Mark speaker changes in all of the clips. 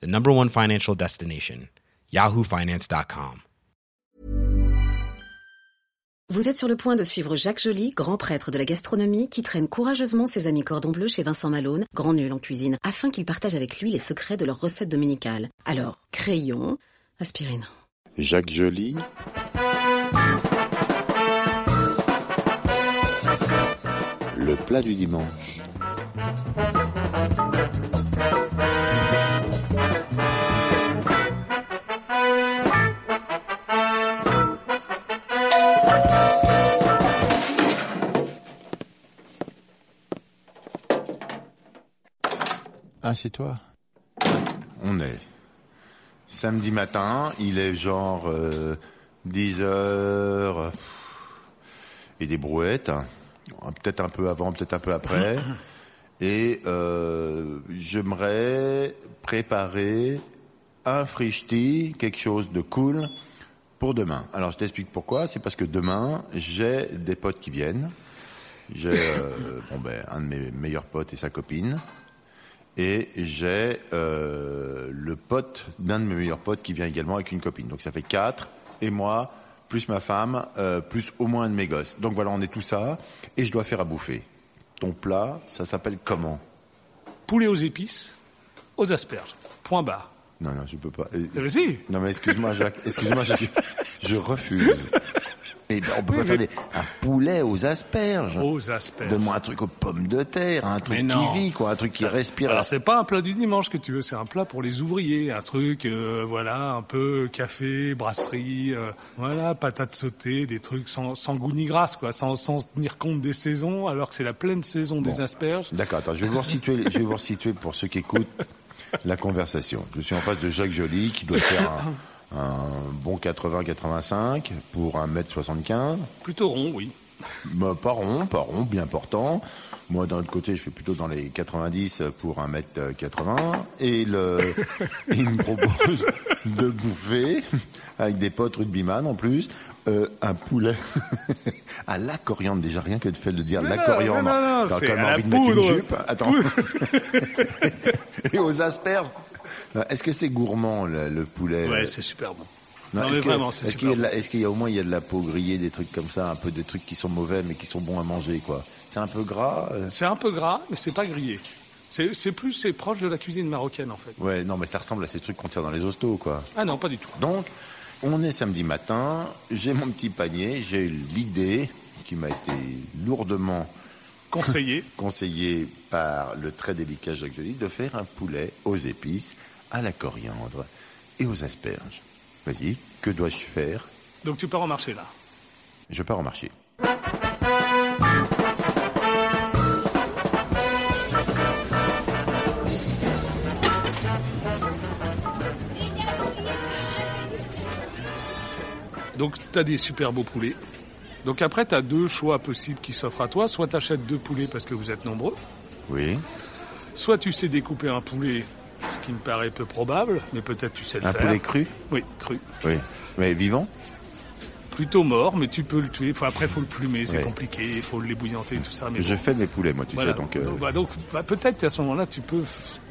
Speaker 1: the number one financial destination, yahoofinance.com.
Speaker 2: Vous êtes sur le point de suivre Jacques Joly, grand prêtre de la gastronomie, qui traîne courageusement ses amis cordon bleu chez Vincent Malone, grand nul en cuisine, afin qu'il partage avec lui les secrets de leur recette dominicale. Alors, crayon, aspirine.
Speaker 3: Jacques Joly. Le plat du dimanche.
Speaker 4: Assieds-toi.
Speaker 3: On est samedi matin, il est genre euh, 10 heures et des brouettes, hein. peut-être un peu avant, peut-être un peu après. Et euh, j'aimerais préparer un frishti, quelque chose de cool pour demain. Alors je t'explique pourquoi. C'est parce que demain j'ai des potes qui viennent. J'ai euh, bon ben un de mes meilleurs potes et sa copine. Et j'ai euh, le pote d'un de mes meilleurs potes qui vient également avec une copine. Donc ça fait quatre et moi plus ma femme euh, plus au moins un de mes gosses. Donc voilà, on est tout ça et je dois faire à bouffer. Ton plat, ça s'appelle comment
Speaker 5: poulet aux épices, aux asperges. Point barre.
Speaker 3: Non non, je peux pas. Et-
Speaker 5: Mais si
Speaker 3: Non mais excuse-moi Jacques, excuse-moi Jacques, je refuse. Et ben, on peut pas faire des- un poulet aux asperges.
Speaker 5: Aux asperges.
Speaker 3: Donne-moi un truc aux pommes de terre, un truc
Speaker 5: Mais non.
Speaker 3: qui vit quoi, un truc qui respire.
Speaker 5: Alors c'est pas un plat du dimanche que tu veux, c'est un plat pour les ouvriers, un truc, euh, voilà, un peu café, brasserie, euh, voilà, patates sautées, des trucs sans, sans goût ni grâce, quoi, sans, sans tenir compte des saisons, alors que c'est la pleine saison des asperges.
Speaker 3: D'accord, attends, je vais vous resituer, je vais vous resituer pour ceux qui écoutent la conversation. Je suis en face de Jacques Joly qui doit faire un, un bon 80-85 pour 1m75.
Speaker 5: Plutôt rond, oui.
Speaker 3: Bah, pas rond, pas rond, bien portant. Moi, d'un autre côté, je fais plutôt dans les 90 pour 1m80. Et le, il me propose de bouffer, avec des potes rugbyman en plus, euh, un poulet à la coriandre. Déjà, rien que de fait de dire la
Speaker 5: non,
Speaker 3: coriandre.
Speaker 5: mais non, non,
Speaker 3: T'as
Speaker 5: c'est
Speaker 3: quand même
Speaker 5: à la
Speaker 3: envie de mettre une
Speaker 5: poudre.
Speaker 3: jupe. Attends. Et aux asperges. Euh, Est-ce que c'est gourmand, le, le poulet euh,
Speaker 5: Ouais, c'est super bon.
Speaker 3: non,
Speaker 5: Non,
Speaker 3: est-ce
Speaker 5: mais
Speaker 3: que-
Speaker 5: vraiment, c'est
Speaker 3: Est-ce qu'il y, a
Speaker 5: super
Speaker 3: de la- est-ce qu'il y a au moins il y a de la peau grillée, des trucs comme ça, un peu des trucs qui sont mauvais mais qui sont bons à manger quoi. C'est un peu gras. euh,
Speaker 5: C'est un peu gras, mais c'est pas grillé. C'est c'est plus, c'est proche de la cuisine marocaine, en fait.
Speaker 3: Ouais, non mais ça ressemble à ces trucs qu'on tire dans les hostos quoi.
Speaker 5: Ah non, pas du tout.
Speaker 3: Donc, on est samedi matin, j'ai mon petit panier, j'ai l'idée qui m'a été lourdement
Speaker 5: Conseillé.
Speaker 3: conseillée par le très délicat Jacques Joly de faire un poulet aux épices, à la coriandre et aux asperges. Vas-y, que dois-je faire
Speaker 5: Donc tu pars au marché, là.
Speaker 3: Je pars au marché.
Speaker 5: Donc t'as des super beaux poulets. Donc après t'as deux choix possibles qui s'offrent à toi. Soit t'achètes deux poulets parce que vous êtes nombreux.
Speaker 3: Oui.
Speaker 5: Soit tu sais découper un poulet, ce qui me paraît peu probable, mais peut-être tu sais le
Speaker 3: Un
Speaker 5: faire.
Speaker 3: poulet cru
Speaker 5: Oui, cru.
Speaker 3: Oui. Mais vivant
Speaker 5: Plutôt mort, mais tu peux le tuer. Enfin, après faut le plumer, c'est
Speaker 3: Ouais.
Speaker 5: compliqué. Il faut l'ébouillanter et tout ça. Mais
Speaker 3: Je
Speaker 5: bon,
Speaker 3: fais mes poulets, moi, tu
Speaker 5: voilà.
Speaker 3: sais, donc... euh,
Speaker 5: Donc, bah, donc, bah, peut-être à ce moment-là tu peux,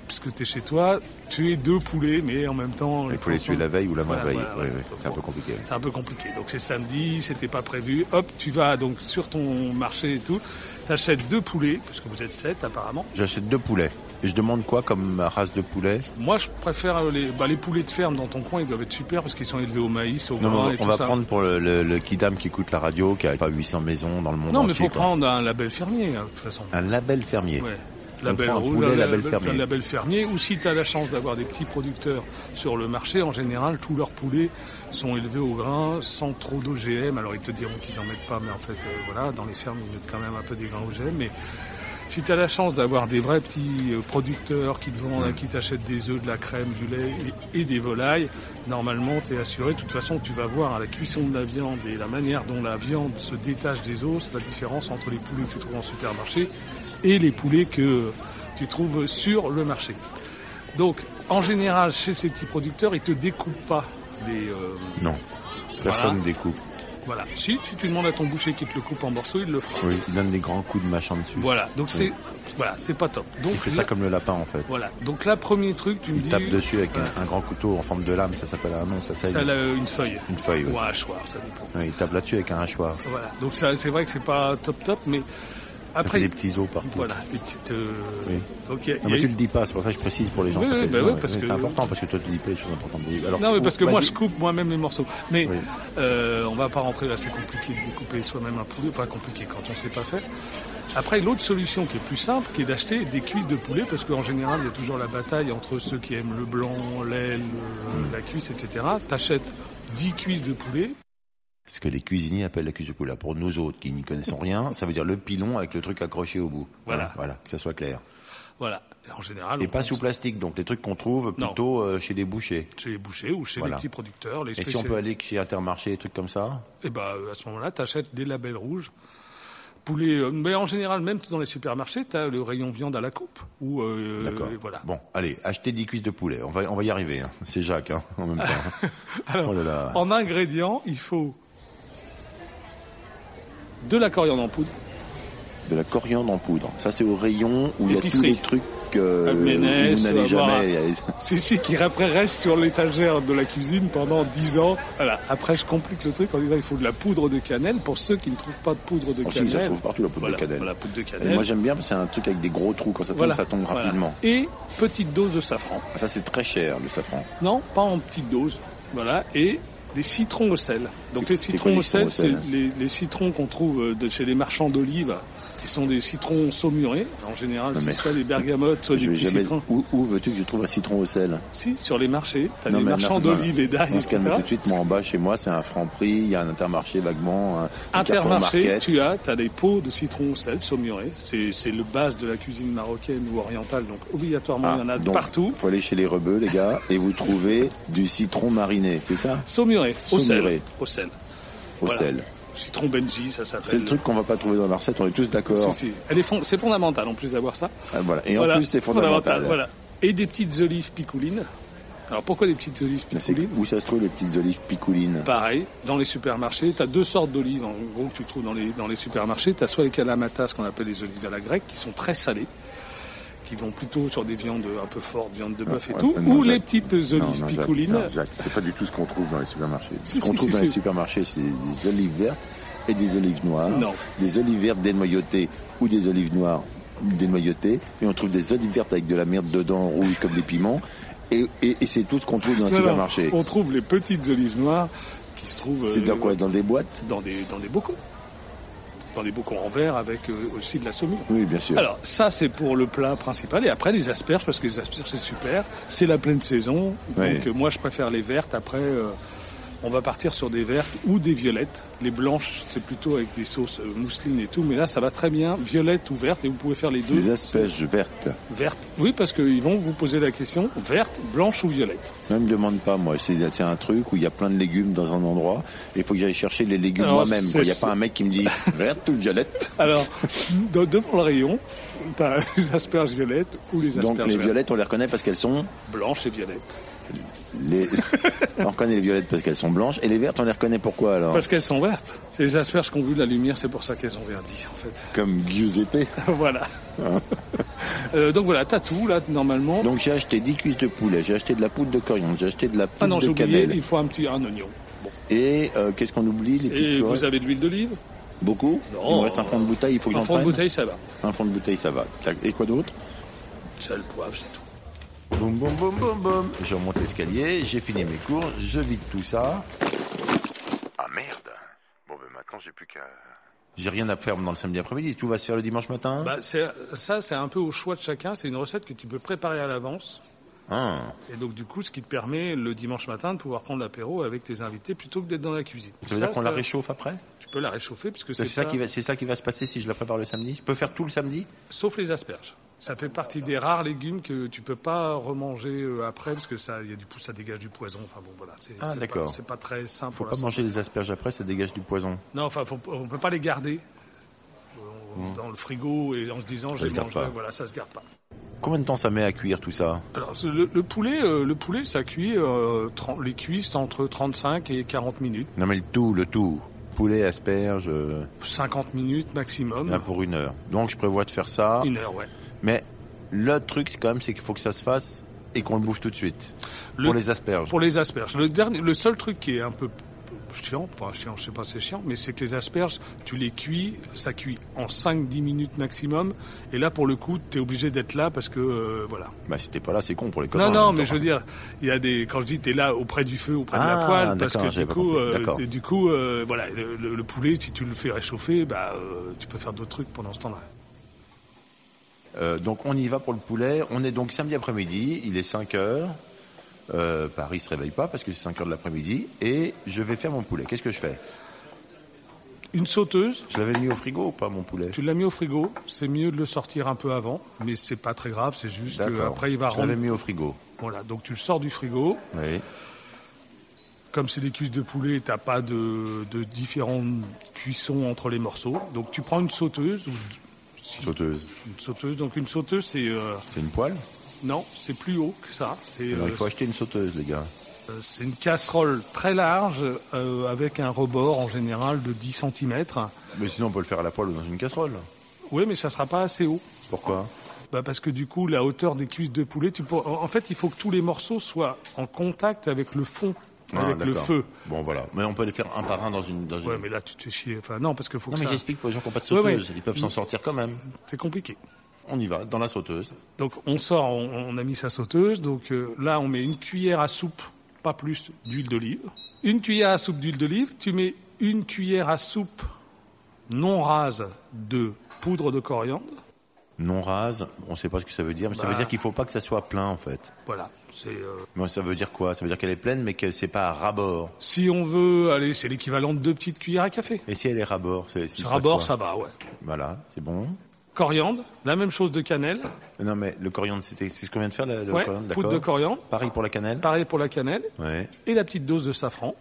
Speaker 5: puisque t'es chez toi, tuer deux poulets, mais en même temps
Speaker 3: les poulets tués
Speaker 5: transformer.
Speaker 3: la veille ou la
Speaker 5: Voilà,
Speaker 3: veille
Speaker 5: voilà, voilà.
Speaker 3: c'est un peu compliqué.
Speaker 5: C'est un peu compliqué. Donc c'est samedi, c'était pas prévu. Hop, tu vas donc sur ton marché et tout. T'achètes deux poulets, parce que vous êtes sept apparemment.
Speaker 3: J'achète deux poulets. Et je demande quoi comme race de poulet
Speaker 5: Moi, je préfère euh, les, bah, les poulets de ferme dans ton coin. Ils doivent être super parce qu'ils sont élevés au maïs, au
Speaker 3: Non,
Speaker 5: grain
Speaker 3: mais
Speaker 5: et
Speaker 3: on
Speaker 5: tout
Speaker 3: va
Speaker 5: ça.
Speaker 3: prendre pour le, le, le kidam qui écoute la radio, qui a pas 800 maisons dans le monde
Speaker 5: non, mais
Speaker 3: entier.
Speaker 5: faut
Speaker 3: quoi.
Speaker 5: prendre un label fermier hein, de toute façon.
Speaker 3: Un label fermier.
Speaker 5: Ouais.
Speaker 3: On prend un poulet,
Speaker 5: la-
Speaker 3: label
Speaker 5: la-
Speaker 3: fermier.
Speaker 5: label fermier. Ou si tu as la chance d'avoir des petits producteurs sur le marché, en général, tous leurs poulets sont élevés au grain, sans trop d'OGM. Alors ils te diront qu'ils n'en mettent pas, mais en fait, euh, voilà, dans les fermes, ils mettent quand même un peu des grains OGM. Mais si tu as la chance d'avoir des vrais petits euh, producteurs qui te vendent, qui t'achètent des œufs, de la crème, du lait et, et des volailles, normalement tu es assuré. De toute façon, tu vas voir à la cuisson de la viande et la manière dont la viande se détache des os, la différence entre les poulets que tu trouves en supermarché et les poulets que tu trouves sur le marché. Donc, en général, chez ces petits producteurs, ils te découpent pas les... euh,
Speaker 4: Non. Personne ne découpe.
Speaker 5: voilà. Si, si tu demandes à ton boucher qu'il te le coupe en morceaux, il le fera.
Speaker 4: Oui, il donne des grands coups de machin dessus.
Speaker 5: Voilà, donc c'est
Speaker 4: Oui.
Speaker 5: voilà, c'est pas top.
Speaker 4: Il
Speaker 5: Donc
Speaker 4: fait
Speaker 5: là-
Speaker 4: ça comme le lapin en fait.
Speaker 5: voilà. Donc là, premier truc, tu me
Speaker 4: Il
Speaker 5: dis
Speaker 4: tape dessus avec un,
Speaker 5: Voilà.
Speaker 4: un grand couteau en forme de lame, ça s'appelle un nom, ça
Speaker 5: ça
Speaker 4: s'appelle
Speaker 5: a une feuille
Speaker 4: une feuille. ouais.
Speaker 5: ou un hachoir, ça dépend.
Speaker 4: Ouais, il tape là-dessus avec un hachoir.
Speaker 5: Voilà. Donc ça, c'est vrai que c'est pas top top, mais
Speaker 4: Ça fait
Speaker 5: après
Speaker 4: des petits os partout.
Speaker 5: voilà, des petites. euh,
Speaker 4: Oui.
Speaker 5: Donc, il y a-
Speaker 4: Non,
Speaker 5: il y a
Speaker 4: Ah, mais tu
Speaker 5: eu-
Speaker 4: le dis pas, c'est pour ça que je précise pour les gens.
Speaker 5: Oui,
Speaker 4: ça
Speaker 5: oui,
Speaker 4: fait-
Speaker 5: bah
Speaker 4: non,
Speaker 5: oui,
Speaker 4: mais
Speaker 5: parce
Speaker 4: c'est
Speaker 5: que-
Speaker 4: important parce que toi tu dis pas les choses importantes. Alors,
Speaker 5: Non, mais parce que moi,
Speaker 4: vas-y.
Speaker 5: je coupe moi-même les morceaux. Mais
Speaker 4: Oui.
Speaker 5: euh, on va pas rentrer là, c'est compliqué de découper soi-même un poulet, pas compliqué quand on sait pas faire. Après, l'autre solution qui est plus simple, qui est d'acheter des cuisses de poulet, parce qu'en général, il y a toujours la bataille entre ceux qui aiment le blanc, l'aile, le-
Speaker 4: Hmm.
Speaker 5: la cuisse, etc. T'achètes 10 cuisses de poulet.
Speaker 4: Ce que les cuisiniers appellent la cuisse de poulet. Alors, Pour nous autres qui n'y connaissons rien, ça veut dire le pilon avec le truc accroché au bout.
Speaker 5: Voilà.
Speaker 4: Voilà, que ça soit clair.
Speaker 5: Voilà. Et en général,
Speaker 4: Et
Speaker 5: on
Speaker 4: pas
Speaker 5: prend
Speaker 4: sous plastique, donc les trucs qu'on trouve
Speaker 5: Non.
Speaker 4: plutôt euh, chez des bouchers.
Speaker 5: chez les bouchers ou chez
Speaker 4: Voilà.
Speaker 5: les petits producteurs, les
Speaker 4: Et si on
Speaker 5: spécialistes.
Speaker 4: peut aller chez Intermarché, des trucs comme ça
Speaker 5: Et bah à ce moment-là, t'achètes des labels rouges. Poulet, euh, mais en général, même dans les supermarchés, t'as le rayon viande à la coupe. Ou euh,
Speaker 4: D'accord.
Speaker 5: voilà.
Speaker 4: Bon, allez, achetez 10 cuisses de poulet. On va, on va y arriver. hein. C'est Jacques, hein, en même temps.
Speaker 5: Alors,
Speaker 4: Oh là là.
Speaker 5: en ingrédients, il faut de la coriandre en poudre,
Speaker 3: De la coriandre en poudre. Ça, c'est au rayon où il y a tous
Speaker 5: Épicerie.
Speaker 3: les trucs euh,
Speaker 5: Ah, mais
Speaker 3: où
Speaker 5: naisse,
Speaker 3: vous n'allez
Speaker 5: avoir
Speaker 3: jamais.
Speaker 5: c'est ce qui après reste sur l'étagère de la cuisine pendant 10 ans. Voilà. Après, je complique le truc en disant il faut de la poudre de cannelle pour ceux qui ne trouvent pas de poudre de
Speaker 3: Oh, si, ça se
Speaker 5: cannelle.
Speaker 3: trouve partout la poudre
Speaker 5: Voilà,
Speaker 3: de cannelle.
Speaker 5: voilà, poudre de cannelle.
Speaker 3: Et moi, j'aime bien parce que c'est un truc avec des gros trous. Quand ça tombe,
Speaker 5: Voilà,
Speaker 3: ça tombe
Speaker 5: voilà.
Speaker 3: rapidement.
Speaker 5: Et petite dose de safran.
Speaker 3: Ah, Ça, c'est très cher, le safran.
Speaker 5: Non, pas en petite dose. Voilà. Et des citrons au sel. Donc
Speaker 3: C'est-
Speaker 5: les
Speaker 3: c'est quoi
Speaker 5: citrons
Speaker 3: les
Speaker 5: au sel, c'est
Speaker 3: citrons au sel hein.
Speaker 5: les, les citrons qu'on trouve euh, de chez les marchands d'olives, qui sont des citrons saumurés. En général,
Speaker 3: Non,
Speaker 5: c'est
Speaker 3: mais-
Speaker 5: soit des bergamotes, soit des
Speaker 3: Je vais
Speaker 5: petits
Speaker 3: jamais...
Speaker 5: citrons.
Speaker 3: Où, où veux-tu que je trouve un citron au sel
Speaker 5: Si, sur les marchés, t'as
Speaker 3: Non,
Speaker 5: les
Speaker 3: mais
Speaker 5: marchands
Speaker 3: non, non,
Speaker 5: d'olives Ah, et d'ail,
Speaker 3: On se calme
Speaker 5: etc.
Speaker 3: tout de suite. Moi, en bas, chez moi, c'est un franc prix. Il y a un intermarché vaguement. Un, un Carrefour
Speaker 5: Intermarché,
Speaker 3: Market.
Speaker 5: tu as, t'as des pots de citron au sel saumuré. C'est, c'est le base de la cuisine marocaine ou orientale, donc obligatoirement,
Speaker 3: Ah,
Speaker 5: il y en a de
Speaker 3: donc,
Speaker 5: partout.
Speaker 3: Faut aller chez les rebeux, les gars, et vous trouvez du citron mariné, c'est ça
Speaker 5: Saumuré, au sel.
Speaker 3: Saumuré.
Speaker 5: Au sel.
Speaker 3: Au
Speaker 5: Voilà.
Speaker 3: sel.
Speaker 5: Citron Benji, ça s'appelle.
Speaker 3: C'est le truc qu'on va pas trouver dans la recette, on est tous
Speaker 5: Si,
Speaker 3: d'accord.
Speaker 5: si. Elle est fond- c'est fondamental en plus d'avoir ça.
Speaker 3: Ah, Voilà. Et
Speaker 5: Voilà,
Speaker 3: en plus, c'est fondamental.
Speaker 5: Voilà. Et des petites olives picoulines. Alors pourquoi des petites olives
Speaker 3: Mais Bah, c'est
Speaker 5: picoulines
Speaker 3: où ça se trouve les petites olives picoulines
Speaker 5: Pareil, dans les supermarchés, t'as deux sortes d'olives en gros que tu trouves dans les dans les supermarchés. T'as soit les kalamatas, ce qu'on appelle les olives à la grecque, qui sont très salées, qui vont plutôt sur des viandes un peu fortes, viande de bœuf et
Speaker 3: Ah, ouais,
Speaker 5: tout,
Speaker 3: non,
Speaker 5: ou
Speaker 3: Jacques.
Speaker 5: les petites olives
Speaker 3: Non, non, Jacques,
Speaker 5: picoulines.
Speaker 3: non, Jacques, c'est pas du tout ce qu'on trouve dans les supermarchés.
Speaker 5: Si,
Speaker 3: Ce qu'on
Speaker 5: si,
Speaker 3: trouve
Speaker 5: si,
Speaker 3: dans
Speaker 5: si.
Speaker 3: les supermarchés, c'est des olives vertes et des olives noires.
Speaker 5: Non.
Speaker 3: Des olives vertes dénoyautées ou des olives noires dénoyautées. Et on trouve des olives vertes avec de la merde dedans, rouge comme des piments. Et, et- et c'est tout ce qu'on trouve dans un
Speaker 5: Non, non,
Speaker 3: supermarché.
Speaker 5: on trouve les petites olives noires qui se trouvent
Speaker 3: C'est dans
Speaker 5: euh,
Speaker 3: quoi Dans des boîtes
Speaker 5: dans des dans des bocaux, dans des bocaux en verre avec euh, aussi de la saumure.
Speaker 3: Oui, bien sûr.
Speaker 5: Alors ça c'est pour le plat principal et après les asperges parce que les asperges c'est super, c'est la pleine saison.
Speaker 3: Ouais.
Speaker 5: Donc euh, moi je préfère les vertes après euh, on va partir sur des vertes ou des violettes. Les blanches c'est plutôt avec des sauces euh, mousselines et tout mais là ça va très bien violettes ou vertes et vous pouvez faire les deux.
Speaker 3: des asperges vertes.
Speaker 5: Vertes. Oui parce qu'ils vont vous poser la question verte, blanche ou violette.
Speaker 3: Ne me demande pas, moi. C'est c'est un truc où il y a plein de légumes dans un endroit. Et il faut que j'aille chercher les légumes
Speaker 5: Alors,
Speaker 3: moi-même.
Speaker 5: c'est-
Speaker 3: quoi. Il n'y a pas un mec qui me dit verte ou violette.
Speaker 5: Alors de- devant le rayon, t'as les asperges violettes ou les asperges
Speaker 3: Donc les
Speaker 5: vertes.
Speaker 3: violettes, on les reconnaît parce qu'elles sont
Speaker 5: blanches et violettes.
Speaker 3: les. on reconnaît les violettes parce qu'elles sont blanches. Et les vertes, on les reconnaît pourquoi alors
Speaker 5: Parce qu'elles sont vertes. C'est les asperges qui ont vu la lumière, c'est pour ça qu'elles ont verdi en fait.
Speaker 3: Comme Giuseppe.
Speaker 5: voilà. Euh, donc voilà, t'as tout là normalement.
Speaker 3: Donc j'ai acheté 10 cuisses de poulet, j'ai acheté de la poudre de coriandre, j'ai acheté de la
Speaker 5: ah
Speaker 3: poudre
Speaker 5: non, j'ai
Speaker 3: de
Speaker 5: oublié,
Speaker 3: cannelle.
Speaker 5: il faut un petit un oignon. Bon.
Speaker 3: Et euh, qu'est-ce qu'on oublie les
Speaker 5: Et
Speaker 3: picorets
Speaker 5: vous avez de l'huile d'olive
Speaker 3: Beaucoup
Speaker 5: Non.
Speaker 3: Il me reste un fond de bouteille, il faut que
Speaker 5: En
Speaker 3: j'en
Speaker 5: fond de
Speaker 3: prenne.
Speaker 5: bouteille, ça va.
Speaker 3: Un fond de bouteille, ça va. Tac. Et quoi d'autre
Speaker 5: Sel, poivre, c'est tout.
Speaker 3: Boum, boum, boum, boum, boum. Je remonte l'escalier, j'ai fini mes cours, je vide tout ça.
Speaker 4: Ah merde Bon ben maintenant j'ai plus qu'à...
Speaker 3: J'ai rien à faire dans le samedi après-midi, tout va se faire le dimanche matin.
Speaker 5: Bah, c'est- ça, c'est un peu au choix de chacun. C'est une recette que tu peux préparer à l'avance.
Speaker 3: Ah.
Speaker 5: Et donc, du coup, ce qui te permet le dimanche matin de pouvoir prendre l'apéro avec tes invités plutôt que d'être dans la cuisine.
Speaker 3: Ça veut dire qu'on la
Speaker 5: ça,
Speaker 3: réchauffe après
Speaker 5: Tu peux la réchauffer puisque
Speaker 3: C'est
Speaker 5: c'est
Speaker 3: ça, qui va, c'est ça qui va se passer si je la prépare le samedi Je peux faire tout le samedi
Speaker 5: Sauf les asperges. Ça fait partie des rares légumes que tu peux pas remanger euh, après parce que ça, il y a du, pou- ça dégage du poison. Enfin bon, voilà. c'est-
Speaker 3: Ah,
Speaker 5: c'est pas-
Speaker 3: d'accord.
Speaker 5: C'est pas très simple.
Speaker 3: Faut
Speaker 5: pour la
Speaker 3: pas manger les asperges après, ça dégage du poison.
Speaker 5: Non, enfin, faut- on peut pas les garder euh, dans le frigo et en se disant je
Speaker 3: se
Speaker 5: les
Speaker 3: Hmm. garde
Speaker 5: mangerai.
Speaker 3: pas.
Speaker 5: Voilà, ça se garde pas.
Speaker 3: Combien de temps ça met à cuire tout ça
Speaker 5: Alors c'est le, le poulet, euh, le poulet, ça cuit euh, 30 les cuisses entre 35 et 40 minutes,
Speaker 3: Non mais le tout, le tout. Poulet, asperges, euh,
Speaker 5: 50 minutes maximum,
Speaker 3: là pour une heure. Donc je prévois de faire ça.
Speaker 5: une heure, ouais.
Speaker 3: Mais le truc c'est quand même, c'est qu'il faut que ça se fasse et qu'on le bouffe tout de suite.
Speaker 5: Le-
Speaker 3: Pour les asperges.
Speaker 5: Pour les asperges, le dernier, le seul truc qui est un peu chiant, pas chiant, je sais pas, c'est chiant, mais c'est que les asperges, tu les cuis, ça cuit en 5-10 minutes maximum, et là pour le coup, t'es obligé d'être là parce que euh, voilà.
Speaker 3: Bah si t'es pas là, c'est con pour les
Speaker 5: Non,
Speaker 3: copains. en
Speaker 5: non,
Speaker 3: même
Speaker 5: mais
Speaker 3: temps.
Speaker 5: je veux dire, il y a des. Quand je dis t'es là auprès du feu, auprès de
Speaker 3: Ah,
Speaker 5: la poêle, parce
Speaker 3: d'accord,
Speaker 5: que
Speaker 3: j'avais
Speaker 5: du
Speaker 3: pas
Speaker 5: coup,
Speaker 3: compris.
Speaker 5: euh,
Speaker 3: D'accord.
Speaker 5: du coup, euh, voilà, le, le- le poulet, si tu le fais réchauffer, bah, euh, tu peux faire d'autres trucs pendant ce temps-là.
Speaker 3: Euh, donc on y va pour le poulet. On est donc samedi après-midi, il est 5 heures. Euh, Paris se réveille pas parce que c'est 5 heures de l'après-midi. Et je vais faire mon poulet. Qu'est-ce que je fais
Speaker 5: Une sauteuse,
Speaker 3: Je l'avais mis au frigo ou pas mon poulet
Speaker 5: tu l'as mis au frigo, c'est mieux de le sortir un peu avant, mais c'est pas très grave, c'est juste que
Speaker 3: D'accord.
Speaker 5: après il va
Speaker 3: Je l'avais
Speaker 5: rendre.
Speaker 3: mis au frigo.
Speaker 5: Voilà, donc tu le sors du frigo.
Speaker 3: Oui.
Speaker 5: Comme c'est des cuisses de poulet, t'as pas de, de différentes cuissons entre les morceaux. Donc tu prends une sauteuse, ou si-
Speaker 3: Sauteuse.
Speaker 5: une sauteuse. Donc une sauteuse, c'est euh,
Speaker 3: C'est une poêle
Speaker 5: non, c'est plus haut que ça. C'est
Speaker 3: Alors, il
Speaker 5: euh,
Speaker 3: faut acheter une sauteuse, les gars.
Speaker 5: Euh, C'est une casserole très large euh, avec un rebord en général de 10 cm.
Speaker 3: Mais sinon, on peut le faire à la poêle ou dans une casserole.
Speaker 5: Oui, mais ça sera pas assez haut.
Speaker 3: Pourquoi
Speaker 5: Bah parce que du coup, la hauteur des cuisses de poulet, tu pour- en en fait, il faut que tous les morceaux soient en contact avec le fond,
Speaker 3: Ah,
Speaker 5: avec le
Speaker 3: d'accord.
Speaker 5: feu.
Speaker 3: Bon, voilà. Mais on peut les faire un par un dans une. Dans une...
Speaker 5: Ouais, mais là, tu te fais chier. Enfin, non, parce que faut
Speaker 3: Non,
Speaker 5: que
Speaker 3: mais
Speaker 5: ça...
Speaker 3: j'explique pour les gens qui n'ont pas de
Speaker 5: Ouais,
Speaker 3: sauteuse.
Speaker 5: ouais.
Speaker 3: Ils peuvent s'en sortir quand même.
Speaker 5: C'est compliqué.
Speaker 3: On y va, dans la sauteuse.
Speaker 5: Donc, on sort, on, on a mis sa sauteuse. Donc euh, là, on met une cuillère à soupe, pas plus, d'huile d'olive. Une cuillère à soupe d'huile d'olive. Tu mets une cuillère à soupe non rase de poudre de coriandre.
Speaker 3: Non rase, on sait pas ce que ça veut dire, mais ça
Speaker 5: Bah.
Speaker 3: veut dire qu'il faut pas que ça soit plein, en fait.
Speaker 5: Voilà, c'est euh,
Speaker 3: Mais ça veut dire quoi Ça veut dire qu'elle est pleine, mais que c'est pas à rabord.
Speaker 5: si on veut, allez, c'est l'équivalent de deux petites cuillères à café.
Speaker 3: Et si elle est rabord c'est si
Speaker 5: Ce rabord, ça va, ouais.
Speaker 3: Voilà, c'est bon.
Speaker 5: Coriandre, la même chose de cannelle,
Speaker 3: Non, mais le coriandre, c'était, c'est ce qu'on vient de faire, le, le
Speaker 5: ouais,
Speaker 3: coriandre,
Speaker 5: poudre de
Speaker 3: d'accord
Speaker 5: coriandre, Ah.
Speaker 3: Pareil pour la cannelle
Speaker 5: pareil pour la cannelle
Speaker 3: Ouais.
Speaker 5: et la petite dose de safran.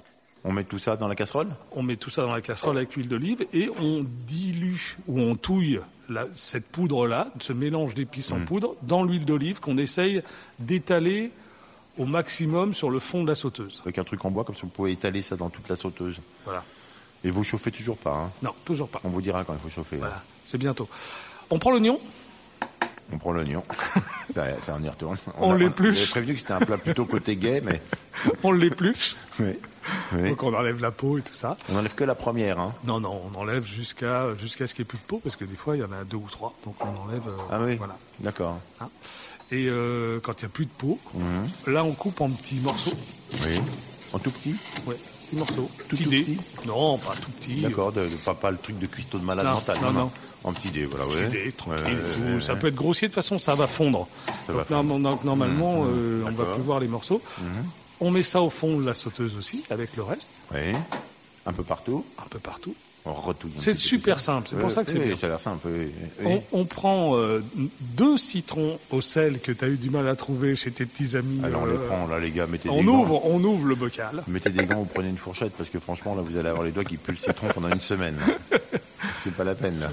Speaker 3: On met tout ça dans la casserole
Speaker 5: On met tout ça dans la casserole avec l'huile d'olive et on dilue ou on touille la- cette poudre là, ce mélange d'épices
Speaker 3: Mm.
Speaker 5: en poudre dans l'huile d'olive qu'on essaye d'étaler au maximum sur le fond de la sauteuse.
Speaker 3: Avec un truc en bois, comme ça vous pouvez étaler ça dans toute la sauteuse.
Speaker 5: Voilà.
Speaker 3: Et vous chauffez toujours pas, hein.
Speaker 5: Non, toujours pas.
Speaker 3: On vous dira quand il faut chauffer. hein.
Speaker 5: Voilà, c'est bientôt. On prend l'oignon.
Speaker 3: On prend l'oignon. ça, ça, on y retourne.
Speaker 5: On
Speaker 3: a-
Speaker 5: l'épluche.
Speaker 3: On avait prévenu que c'était un plat plutôt côté gay, mais.
Speaker 5: on l'épluche,
Speaker 3: Oui. Oui.
Speaker 5: donc on enlève la peau et tout ça.
Speaker 3: On enlève que la première, hein.
Speaker 5: Non, non, on enlève jusqu'à jusqu'à ce qu'il n'y ait plus de peau, parce que des fois, il y en a deux ou trois, donc on enlève. euh,
Speaker 3: Ah oui.
Speaker 5: Voilà.
Speaker 3: D'accord.
Speaker 5: hein. Et euh, quand il n'y a plus de peau, là, on coupe en petits morceaux.
Speaker 3: Oui. En tout petit.
Speaker 5: Ouais, petits morceaux.
Speaker 3: Tout,
Speaker 5: Petits
Speaker 3: tout
Speaker 5: dés.
Speaker 3: petit
Speaker 5: Non, pas tout petit.
Speaker 3: D'accord. De, de- pas, pas le truc de cuistot de malade
Speaker 5: Non,
Speaker 3: mental.
Speaker 5: non, non.
Speaker 3: En petit dé, voilà, ouais.
Speaker 5: Petits dés, tranquilles
Speaker 3: Ouais,
Speaker 5: et
Speaker 3: ouais,
Speaker 5: tout.
Speaker 3: ouais,
Speaker 5: ça
Speaker 3: ouais.
Speaker 5: peut être grossier, de toute façon, ça va fondre.
Speaker 3: Ça
Speaker 5: donc,
Speaker 3: va Mmh,
Speaker 5: norm- donc, normalement, euh, on va
Speaker 3: D'accord. Mmh.
Speaker 5: plus voir les morceaux. On met ça au fond de la sauteuse aussi, avec le reste,
Speaker 3: Oui. Un peu partout.
Speaker 5: un peu partout.
Speaker 3: On retouille. un
Speaker 5: C'est
Speaker 3: petit peu
Speaker 5: super
Speaker 3: tout ça.
Speaker 5: simple, c'est pour
Speaker 3: Ouais,
Speaker 5: ça que c'est
Speaker 3: oui,
Speaker 5: bien.
Speaker 3: Ça a l'air simple. oui, oui.
Speaker 5: On, on prend euh, deux citrons au sel que tu as eu du mal à trouver chez tes petits amis.
Speaker 3: Alors Ah, on
Speaker 5: euh,
Speaker 3: les prend là, les gars. Mettez
Speaker 5: On
Speaker 3: des gants.
Speaker 5: ouvre, on ouvre le bocal.
Speaker 3: Mettez des gants ou prenez une fourchette parce que franchement là vous allez avoir les doigts qui puent le citron pendant une semaine. C'est pas la peine. là.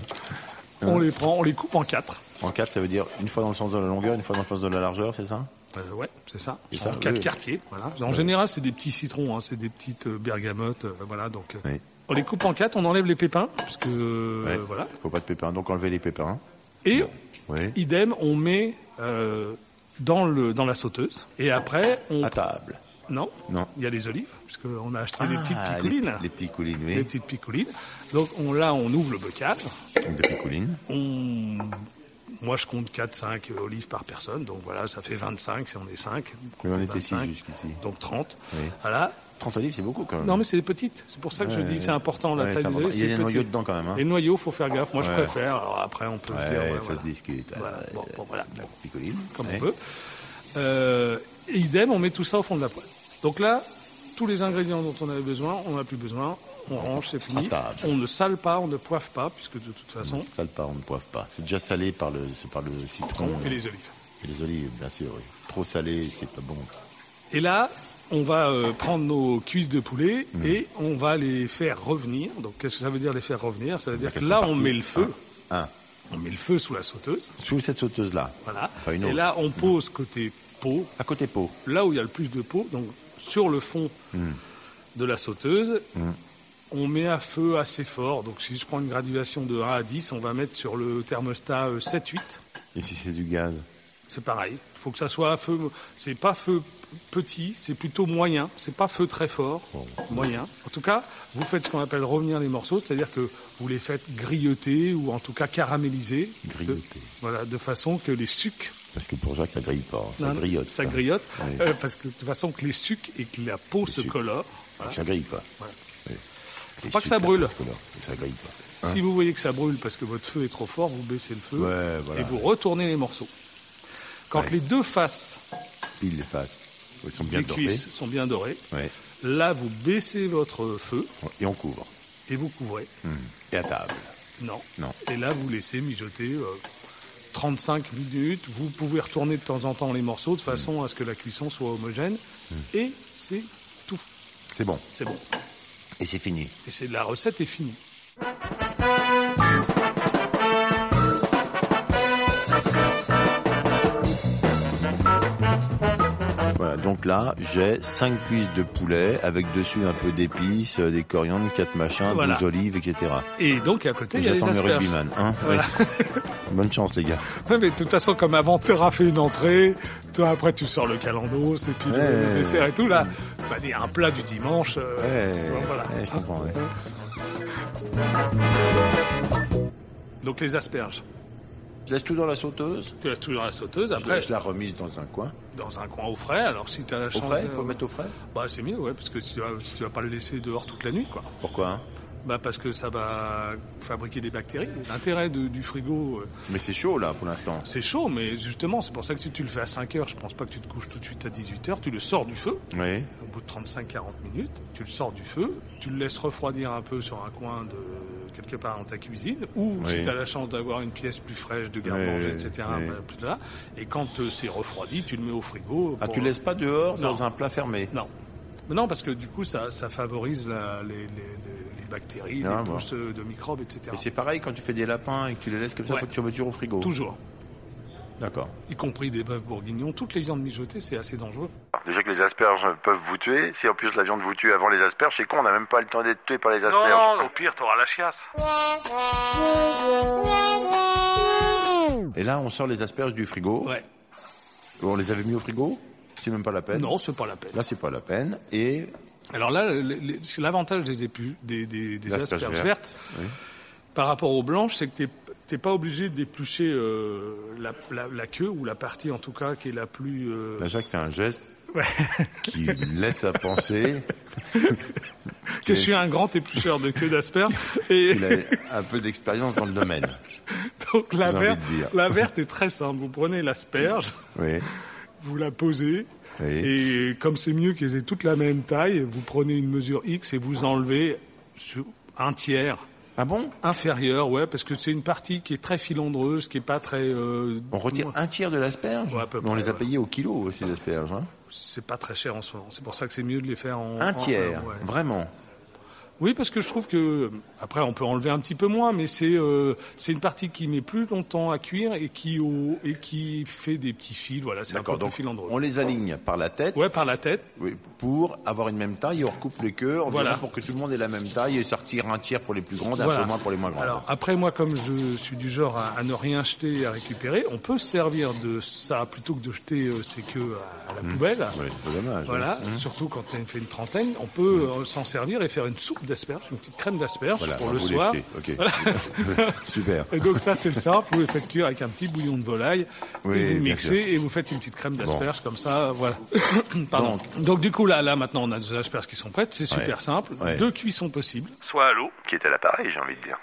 Speaker 3: Hein.
Speaker 5: On les prend, on les coupe en quatre.
Speaker 3: En 4 ça veut dire une fois dans le sens de la longueur, une fois dans le sens de la largeur, c'est ça
Speaker 5: Euh, ouais, c'est ça.
Speaker 3: C'est
Speaker 5: en
Speaker 3: ça,
Speaker 5: quatre
Speaker 3: oui.
Speaker 5: quartiers. Voilà. En général, c'est des petits citrons, hein, c'est des petites euh, bergamotes. euh, voilà, donc euh,
Speaker 3: Oui.
Speaker 5: on les coupe en quatre, on enlève les pépins, parce que euh,
Speaker 3: Ouais.
Speaker 5: voilà.
Speaker 3: Faut pas de pépins, donc enlevez les pépins.
Speaker 5: Et
Speaker 3: Oui.
Speaker 5: idem, on met euh, dans le dans la sauteuse. Et après, on
Speaker 3: À table.
Speaker 5: non,
Speaker 3: Ah. Non.
Speaker 5: il y a les olives, parce que on a acheté des
Speaker 3: Ah,
Speaker 5: petites picolines.
Speaker 3: Les, les petites coulines, oui.
Speaker 5: Des petites picolines. Donc on, là, on ouvre le bocal.
Speaker 3: Des picolines.
Speaker 5: On... Moi, je compte 4-5 olives par personne. Donc voilà, ça fait 25 si on est 5.
Speaker 3: Mais on était 6 jusqu'ici.
Speaker 5: Donc 30.
Speaker 3: Oui.
Speaker 5: Voilà.
Speaker 3: 30 olives, c'est beaucoup quand même.
Speaker 5: Non, mais c'est des petites. C'est pour ça que je
Speaker 3: Ouais,
Speaker 5: dis
Speaker 3: ouais.
Speaker 5: c'est important. La
Speaker 3: Ouais,
Speaker 5: taille
Speaker 3: c'est
Speaker 5: des
Speaker 3: important.
Speaker 5: olives,
Speaker 3: Il y a
Speaker 5: c'est
Speaker 3: des
Speaker 5: petit.
Speaker 3: noyaux dedans, quand même, hein.
Speaker 5: Les noyaux, faut faire gaffe. Moi, je
Speaker 3: Ouais.
Speaker 5: préfère. Alors après, on peut le
Speaker 3: Ouais,
Speaker 5: dire. ouais,
Speaker 3: ça
Speaker 5: voilà.
Speaker 3: se discute.
Speaker 5: Voilà. Bon, bon, voilà.
Speaker 3: La picoline.
Speaker 5: Comme
Speaker 3: Ouais.
Speaker 5: on peut. Euh, et idem, on met tout ça au fond de la poêle. Donc là, tous les ingrédients dont on avait besoin, on n'a plus besoin. On range, c'est fini.
Speaker 3: Attends.
Speaker 5: On ne sale pas, on ne poivre pas, puisque de toute façon,
Speaker 3: Sale pas, on ne poivre pas. C'est déjà salé par le, c'est par le citron
Speaker 5: on fait les olives.
Speaker 3: et les olives, bien sûr. oui. Trop salé, c'est pas bon.
Speaker 5: Et là, on va euh, prendre nos cuisses de poulet
Speaker 3: Mmh.
Speaker 5: et on va les faire revenir. Donc, qu'est-ce que ça veut dire les faire revenir
Speaker 3: Bah,
Speaker 5: Ça veut dire que là, on met le feu.
Speaker 3: Un.
Speaker 5: On met le feu sous la sauteuse.
Speaker 3: Sous cette sauteuse-là.
Speaker 5: Voilà.
Speaker 3: Enfin, une
Speaker 5: et
Speaker 3: autre.
Speaker 5: là, on pose côté peau,
Speaker 3: À côté peau.
Speaker 5: là où il y a le plus de peau, donc sur le fond de la sauteuse. On met à feu assez fort. Donc, si je prends une graduation de 1 à 10, on va mettre sur le thermostat 7-8.
Speaker 3: Et si c'est du gaz
Speaker 5: C'est pareil. Il faut que ça soit à feu. C'est pas feu petit, c'est plutôt moyen. C'est pas feu très fort, moyen. En tout cas, vous faites ce qu'on appelle revenir les morceaux, c'est-à-dire que vous les faites griller ou en tout cas caraméliser. de-
Speaker 3: Griller.
Speaker 5: voilà, de façon que les sucs.
Speaker 3: Parce que pour Jacques, ça grille pas. hein. Ça
Speaker 5: Non, non,
Speaker 3: griotte.
Speaker 5: Ça griotte.
Speaker 3: Oui.
Speaker 5: euh, parce que de toute façon que les sucs et que la peau se
Speaker 3: sucs.
Speaker 5: colore.
Speaker 3: Faut que Ah, Ça grille pas.
Speaker 5: Voilà.
Speaker 3: Oui. Et
Speaker 5: pas que ça
Speaker 3: sucre,
Speaker 5: brûle.
Speaker 3: parce que là, Ça grille pas.
Speaker 5: Si vous voyez que ça brûle parce que votre feu est trop fort, vous baissez le feu
Speaker 3: Ouais, voilà.
Speaker 5: et vous retournez les morceaux. Quand les deux faces
Speaker 3: Pile les faces. Ils sont bien
Speaker 5: des
Speaker 3: dorés.
Speaker 5: cuisses sont bien dorées,
Speaker 3: Ouais.
Speaker 5: là vous baissez votre feu
Speaker 3: Et on couvre.
Speaker 5: et vous couvrez.
Speaker 3: Hum. Et à table.
Speaker 5: Non.
Speaker 3: Non.
Speaker 5: Et là, vous laissez mijoter euh, 35 minutes. Vous pouvez retourner de temps en temps les morceaux de
Speaker 3: Mm.
Speaker 5: façon à ce que la cuisson soit homogène. Et c'est tout.
Speaker 3: C'est bon.
Speaker 5: C'est bon.
Speaker 4: Et c'est fini.
Speaker 5: Et c'est la recette est finie.
Speaker 4: Voilà, donc là, j'ai 5 cuisses de poulet avec dessus un peu d'épices, euh, des coriandres, 4 machins,
Speaker 5: Voilà.
Speaker 4: 12 olives, etc.
Speaker 5: Et donc à côté, il y a les
Speaker 4: J'attends le
Speaker 5: asperges.
Speaker 4: rugbyman. Hein
Speaker 5: Voilà.
Speaker 4: Ouais. Bonne chance, les gars.
Speaker 5: Ouais, mais de toute façon, comme avant, t'auras fait une entrée, toi après tu sors le calendos et puis le- le,
Speaker 3: Ouais.
Speaker 5: dessert et tout là. Bah, il y a un plat du dimanche. euh,
Speaker 3: Ouais,
Speaker 5: tu vois, voilà. hein.
Speaker 3: ouais, je comprends, ouais.
Speaker 5: Donc les asperges,
Speaker 4: Je laisse tout dans la sauteuse.
Speaker 5: tu laisses toujours la sauteuse.
Speaker 3: Je la-
Speaker 5: Après,
Speaker 3: je la remise dans un coin.
Speaker 5: dans un coin au frais. Alors si t'as la
Speaker 3: Au
Speaker 5: chance,
Speaker 3: frais
Speaker 5: de-
Speaker 3: Faut mettre au frais
Speaker 5: bah c'est mieux, ouais, parce que si tu vas, si tu vas pas le laisser dehors toute la nuit, quoi.
Speaker 3: Pourquoi hein
Speaker 5: Bah parce que ça va fabriquer des bactéries. L'intérêt de- du frigo, euh,
Speaker 3: Mais c'est chaud là pour l'instant.
Speaker 5: c'est chaud, mais justement, c'est pour ça que si tu le fais à 5 heures, je pense pas que tu te couches tout de suite à 18 heures. Tu le sors du feu.
Speaker 3: Oui.
Speaker 5: Au bout de 35-40 minutes, tu le sors du feu, tu le laisses refroidir un peu sur un coin de quelque part dans ta cuisine, ou
Speaker 3: Oui.
Speaker 5: si tu as la chance d'avoir une pièce plus fraîche de garde-manger,
Speaker 3: Oui,
Speaker 5: etc.
Speaker 3: oui.
Speaker 5: bah, plus là. Et quand euh, c'est refroidi, tu le mets au frigo.
Speaker 3: Ah,
Speaker 5: pour-
Speaker 3: tu laisses pas dehors dans
Speaker 5: Non.
Speaker 3: un plat fermé
Speaker 5: Non. Mais non, parce que du coup, ça, ça favorise la- les, les- les- les bactéries,
Speaker 3: Ah,
Speaker 5: les
Speaker 3: bon.
Speaker 5: pousses euh, de microbes, etc.
Speaker 3: Et c'est pareil quand tu fais des lapins et que tu les laisses comme ça,
Speaker 5: Ouais.
Speaker 3: faut que tu remettes au frigo.
Speaker 5: Toujours,
Speaker 3: D'accord.
Speaker 5: y compris des bœufs bourguignons, toutes les viandes mijotées, c'est assez dangereux.
Speaker 4: Déjà que les asperges peuvent vous tuer, si en plus la viande vous tue avant les asperges, c'est con, on n'a même pas le temps d'être tué par les asperges.
Speaker 5: au pire, t'auras la chiasse.
Speaker 3: Et là, on sort les asperges du frigo.
Speaker 5: Ouais.
Speaker 3: On les avait mis au frigo C'est même pas la peine.
Speaker 5: Non, c'est pas la peine.
Speaker 3: Là, c'est pas la peine. Et
Speaker 5: Alors là, les- les- c'est l'avantage des, épu- des, des, des
Speaker 3: L'asperge
Speaker 5: asperges vertes,
Speaker 3: verte, oui.
Speaker 5: par rapport aux blanches, c'est que t'es t'es pas obligé d'éplucher euh, la, la, la queue ou la partie en tout cas qui est la plus. euh,
Speaker 3: là, bah, Jacques fait un geste
Speaker 5: Ouais.
Speaker 3: qui laisse à penser
Speaker 5: que je suis un grand éplucheur de queue d'asperge et
Speaker 3: qu'il a un peu d'expérience dans le domaine.
Speaker 5: donc la
Speaker 3: j'ai envie de
Speaker 5: verte,
Speaker 3: dire.
Speaker 5: la verte est très simple. Vous prenez l'asperge,
Speaker 3: Oui.
Speaker 5: vous la posez.
Speaker 3: Oui.
Speaker 5: Et comme c'est mieux qu'elles aient toutes la même taille, vous prenez une mesure X et vous enlevez sur un tiers
Speaker 3: Ah bon
Speaker 5: inférieur, ouais, parce que c'est une partie qui est très filandreuse, qui est pas très. euh,
Speaker 3: On retire un tiers de l'asperge
Speaker 5: Ouais, à peu
Speaker 3: Mais On
Speaker 5: près,
Speaker 3: les a
Speaker 5: ouais.
Speaker 3: payés au kilo, ces asperges. hein.
Speaker 5: C'est pas très cher en ce moment. C'est pour ça que c'est mieux de les faire en.
Speaker 3: un
Speaker 5: en-
Speaker 3: tiers,
Speaker 5: en- ouais.
Speaker 3: vraiment.
Speaker 5: Oui, parce que je trouve que après on peut enlever un petit peu moins, mais c'est euh, c'est une partie qui met plus longtemps à cuire et qui au, et qui fait des petits fils. Voilà, c'est un peu
Speaker 3: D'accord,
Speaker 5: plus
Speaker 3: donc
Speaker 5: filandreux.
Speaker 3: on les aligne par la tête
Speaker 5: Ouais, par la tête.
Speaker 3: oui, pour avoir une même taille, on recoupe les queues, on
Speaker 5: Voilà.
Speaker 3: voilà. pour que tout le monde ait la même taille et sortir un tiers pour les plus grandes, un
Speaker 5: Voilà.
Speaker 3: peu moins pour les moins grandes.
Speaker 5: Alors après moi, comme je suis du genre à, à ne rien jeter et à récupérer, on peut se servir de ça plutôt que de jeter euh, ses queues à, à
Speaker 3: Mmh.
Speaker 5: la poubelle.
Speaker 3: Ouais, c'est Ah, dommage.
Speaker 5: Voilà, surtout quand on fait une trentaine, on peut euh, s'en servir et faire une soupe d'asperges, une petite crème d'asperges
Speaker 3: Voilà, on
Speaker 5: pour
Speaker 3: va
Speaker 5: le
Speaker 3: vous
Speaker 5: soir.
Speaker 3: les jeter, ok. Super.
Speaker 5: Et donc ça c'est simple, vous les faites cuire avec un petit bouillon de volaille,
Speaker 3: Oui,
Speaker 5: et vous
Speaker 3: bien
Speaker 5: mixez et vous faites une petite crème d'asperges comme ça, voilà. Pardon.
Speaker 3: Donc.
Speaker 5: Donc, du coup là, là maintenant on a des asperges qui sont prêtes, c'est super
Speaker 3: Ouais.
Speaker 5: simple,
Speaker 3: Ouais.
Speaker 5: deux cuissons possibles.
Speaker 6: soit à l'eau,
Speaker 4: Qui était à l'appareil, j'ai envie de dire.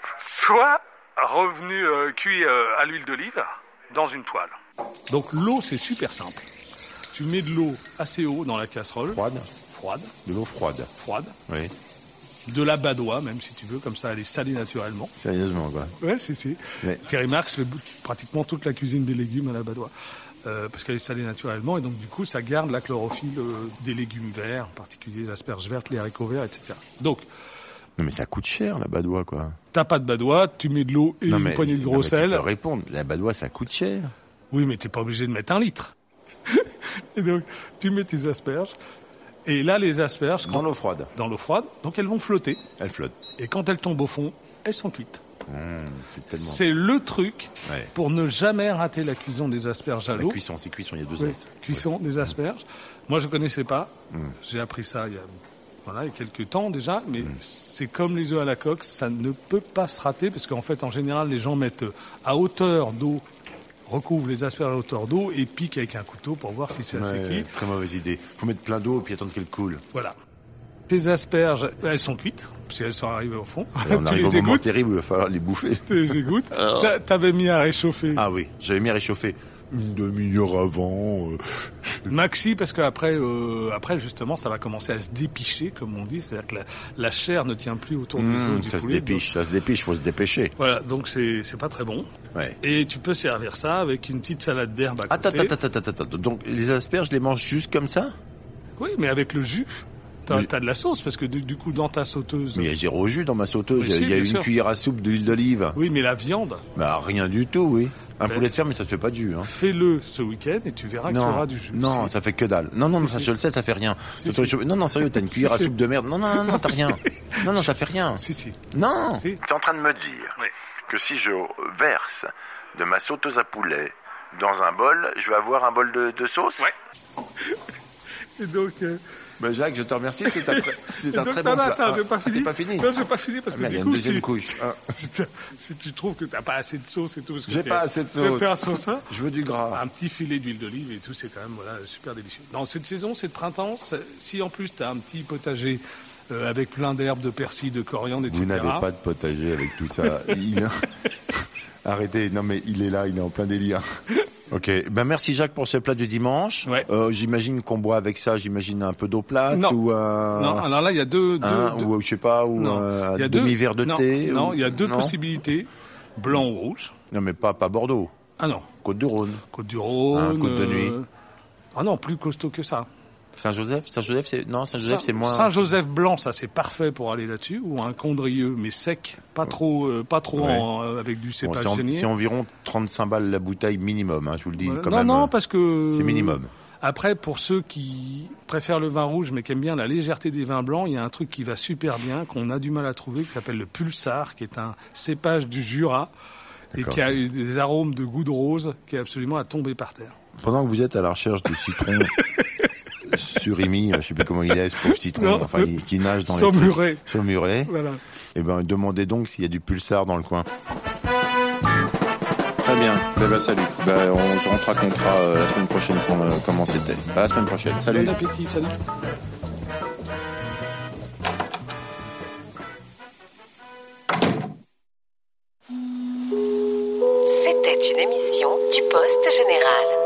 Speaker 6: soit revenu euh, cuit euh, à l'huile d'olive dans une toile.
Speaker 5: Donc l'eau c'est super simple. tu mets de l'eau assez haut dans la casserole,
Speaker 3: Froide
Speaker 5: froide,
Speaker 3: De l'eau froide.
Speaker 5: froide,
Speaker 3: Oui.
Speaker 5: de la badoie même si tu veux, comme ça elle est salée naturellement.
Speaker 3: Sérieusement, quoi.
Speaker 5: Ouais, si, si.
Speaker 3: Mais-
Speaker 5: Thierry Marx fait bou- pratiquement toute la cuisine des légumes à la badoie. Euh, parce qu'elle est salée naturellement et donc du coup ça garde la chlorophylle euh, des légumes verts, en particulier les asperges vertes, les haricots verts, etc. Donc
Speaker 3: Non, mais ça coûte cher, la badoie, quoi.
Speaker 5: t'as pas de badoie, tu mets de l'eau et
Speaker 3: non,
Speaker 5: une
Speaker 3: mais,
Speaker 5: poignée de
Speaker 3: non,
Speaker 5: gros
Speaker 3: mais
Speaker 5: sel.
Speaker 3: Tu peux répondre. La badoie, ça coûte cher.
Speaker 5: Oui, mais t'es pas obligé de mettre un litre. et donc, tu mets tes asperges. Et là, les asperges, quand-
Speaker 3: Dans l'eau froide.
Speaker 5: dans l'eau froide, donc elles vont flotter.
Speaker 3: Elle flotte.
Speaker 5: Et quand elles tombent au fond, elles sont cuites.
Speaker 3: Mmh, c'est tellement.
Speaker 5: C'est le truc
Speaker 3: Ouais.
Speaker 5: pour ne jamais rater la cuisson des asperges à
Speaker 3: La
Speaker 5: l'eau.
Speaker 3: cuisson, c'est cuisson, il y a deux
Speaker 5: Oui,
Speaker 3: S.
Speaker 5: cuisson des asperges. Moi, je connaissais pas.
Speaker 3: Mm.
Speaker 5: J'ai appris ça il y a, voilà, il y a quelques temps déjà, mais
Speaker 3: Mm.
Speaker 5: c'est comme les œufs à la coque, ça ne peut pas se rater parce qu'en fait, en général, les gens mettent euh, à hauteur d'eau, recouvrent les asperges à hauteur d'eau et piquent avec un couteau pour voir si c'est
Speaker 3: Ouais,
Speaker 5: assez cuit.
Speaker 3: très mauvaise idée. Faut mettre plein d'eau et puis attendre qu'elle coule.
Speaker 5: Voilà. Tes asperges, ben, elles sont cuites, parce qu'elles sont arrivées au fond.
Speaker 3: Et on
Speaker 5: tu
Speaker 3: arrive au
Speaker 5: les
Speaker 3: moment
Speaker 5: égouttes,
Speaker 3: terrible où il va falloir les bouffer.
Speaker 5: tu les égouttes. T'a- T'avais mis à réchauffer.
Speaker 3: Ah oui, j'avais mis à réchauffer une demi-heure avant. euh,
Speaker 5: Maxi, parce que après, euh, après justement, ça va commencer à se dépicher, comme on dit, c'est-à-dire que la, la chair ne tient plus autour des
Speaker 3: Mmh,
Speaker 5: os du
Speaker 3: ça se
Speaker 5: poulet.
Speaker 3: dépiche, ça se dépiche, faut se dépêcher.
Speaker 5: donc- voilà, donc c'est c'est pas très bon.
Speaker 3: Ouais. Ah,
Speaker 5: Et tu peux servir ça avec une petite salade d'herbe à
Speaker 3: Attends,
Speaker 5: côté.
Speaker 3: attends, attends, attends, attends. Donc les asperges, je les mange juste comme ça
Speaker 5: Oui, mais avec le jus, t'as
Speaker 3: Mais-
Speaker 5: t'as de la sauce parce que du, du coup dans ta sauteuse.
Speaker 3: Mais il y a zéro jus dans ma sauteuse.
Speaker 5: Mais
Speaker 3: Il y a-
Speaker 5: si,
Speaker 3: il y a
Speaker 5: bien
Speaker 3: une
Speaker 5: sûr.
Speaker 3: cuillère à soupe d'huile d'olive.
Speaker 5: Oui, mais la viande,
Speaker 3: Bah rien du tout, oui. Un
Speaker 5: Ben-
Speaker 3: poulet de fer, mais ça te fait pas de jus. Hein.
Speaker 5: fais-le ce week-end et tu verras que tu auras du jus.
Speaker 3: non,
Speaker 5: Si.
Speaker 3: ça fait que dalle. Non, non, non,
Speaker 5: Si,
Speaker 3: ça,
Speaker 5: si.
Speaker 3: je le sais, ça fait rien.
Speaker 5: Si,
Speaker 3: Toi,
Speaker 5: si.
Speaker 3: je- Non, non, sérieux, t'as une
Speaker 5: Si,
Speaker 3: cuillère à
Speaker 5: si.
Speaker 3: soupe de merde. Non, non, non, non, t'as rien. Non, non, ça fait rien.
Speaker 5: si si.
Speaker 3: Non.
Speaker 5: si.
Speaker 4: Tu es en train de me dire que si je verse de ma sauteuse à poulet dans un bol, je vais avoir un bol de, sauce
Speaker 5: Et donc, euh,
Speaker 3: Bah Jacques, je te remercie. C'est un, très- c'est
Speaker 5: et
Speaker 3: un
Speaker 5: donc,
Speaker 3: très
Speaker 5: non,
Speaker 3: bon
Speaker 5: non,
Speaker 3: plat.
Speaker 5: attends,
Speaker 3: Ah,
Speaker 5: j'ai pas
Speaker 3: ah,
Speaker 5: fini.
Speaker 3: c'est pas fini.
Speaker 5: Non, j'ai pas fini parce
Speaker 3: Ah,
Speaker 5: que
Speaker 3: merde, il y a
Speaker 5: du
Speaker 3: une
Speaker 5: coup,
Speaker 3: deuxième
Speaker 5: si-
Speaker 3: couche. Ah,
Speaker 5: si, t'as- si tu trouves que t'as pas assez de sauce et tout, parce que
Speaker 3: J'ai
Speaker 5: t'es-
Speaker 3: pas assez de
Speaker 5: tu veux
Speaker 3: sauce.
Speaker 5: faire un sauceur
Speaker 3: Je veux du gras.
Speaker 5: Un petit filet d'huile d'olive et tout, c'est quand même voilà, super délicieux. Dans cette saison, c'est de printemps. ça- Si en plus tu as un petit potager euh, avec plein d'herbes, de persil, de coriandre, etc.
Speaker 3: Vous n'avez pas de potager avec tout ça. Il- Arrêtez, non mais il est là, il est en plein délire. Ok, ben merci Jacques pour ce plat du dimanche.
Speaker 5: Ouais.
Speaker 3: Euh, j'imagine qu'on boit avec ça, j'imagine un peu d'eau plate
Speaker 5: Non.
Speaker 3: ou un,
Speaker 5: Non, alors là, il y a deux, deux,
Speaker 3: un-
Speaker 5: deux-
Speaker 3: ou je sais pas, ou
Speaker 5: non.
Speaker 3: un
Speaker 5: Il y a deux-
Speaker 3: demi verre de
Speaker 5: non,
Speaker 3: thé.
Speaker 5: Non,
Speaker 3: ou-
Speaker 5: il y a deux
Speaker 3: non
Speaker 5: possibilités, blanc ou rouge.
Speaker 3: Non mais pas pas Bordeaux,
Speaker 5: Ah non,
Speaker 3: Côte du Rhône,
Speaker 5: Côte du Rhône.
Speaker 3: Ah, Côte de
Speaker 5: euh,
Speaker 3: Nuit.
Speaker 5: Ah non, plus costaud que ça.
Speaker 3: Saint-Joseph, Saint-Joseph c'est non Saint-Joseph c'est
Speaker 5: Saint-
Speaker 3: moins.
Speaker 5: Saint-Joseph blanc, ça c'est parfait pour aller là-dessus, ou un condrieux mais sec, pas trop, euh, pas trop
Speaker 3: Ouais.
Speaker 5: en- euh, avec du
Speaker 3: Bon,
Speaker 5: cépage
Speaker 3: c'est en-
Speaker 5: saigné.
Speaker 3: c'est environ 35 balles la bouteille minimum, hein, je vous le dis
Speaker 5: Voilà.
Speaker 3: quand
Speaker 5: non,
Speaker 3: même.
Speaker 5: non, parce que
Speaker 3: c'est minimum.
Speaker 5: Après, pour ceux qui préfèrent le vin rouge mais qui aiment bien la légèreté des vins blancs, il y a un truc qui va super bien, qu'on a du mal à trouver, qui s'appelle le pulsar, qui est un cépage du Jura et
Speaker 3: D'accord.
Speaker 5: qui a eu des arômes de goût de rose, qui est absolument à tomber par terre.
Speaker 3: Pendant que vous êtes à la recherche de citron surimi, euh, je sais plus comment il est, ce pauvre citron,
Speaker 5: Non.
Speaker 3: enfin, il- qui nage dans les trucs.
Speaker 5: Saumuré,
Speaker 3: Saumuret.
Speaker 5: voilà.
Speaker 3: Eh ben, demandez donc s'il y a du pulsar dans le coin. Très bien. Ben, ben, salut. Ben, on se rentracontera euh, la semaine prochaine pour, euh, comment c'était. À la semaine prochaine. Salut.
Speaker 5: Bon appétit, salut.
Speaker 7: C'était une émission du Poste Général.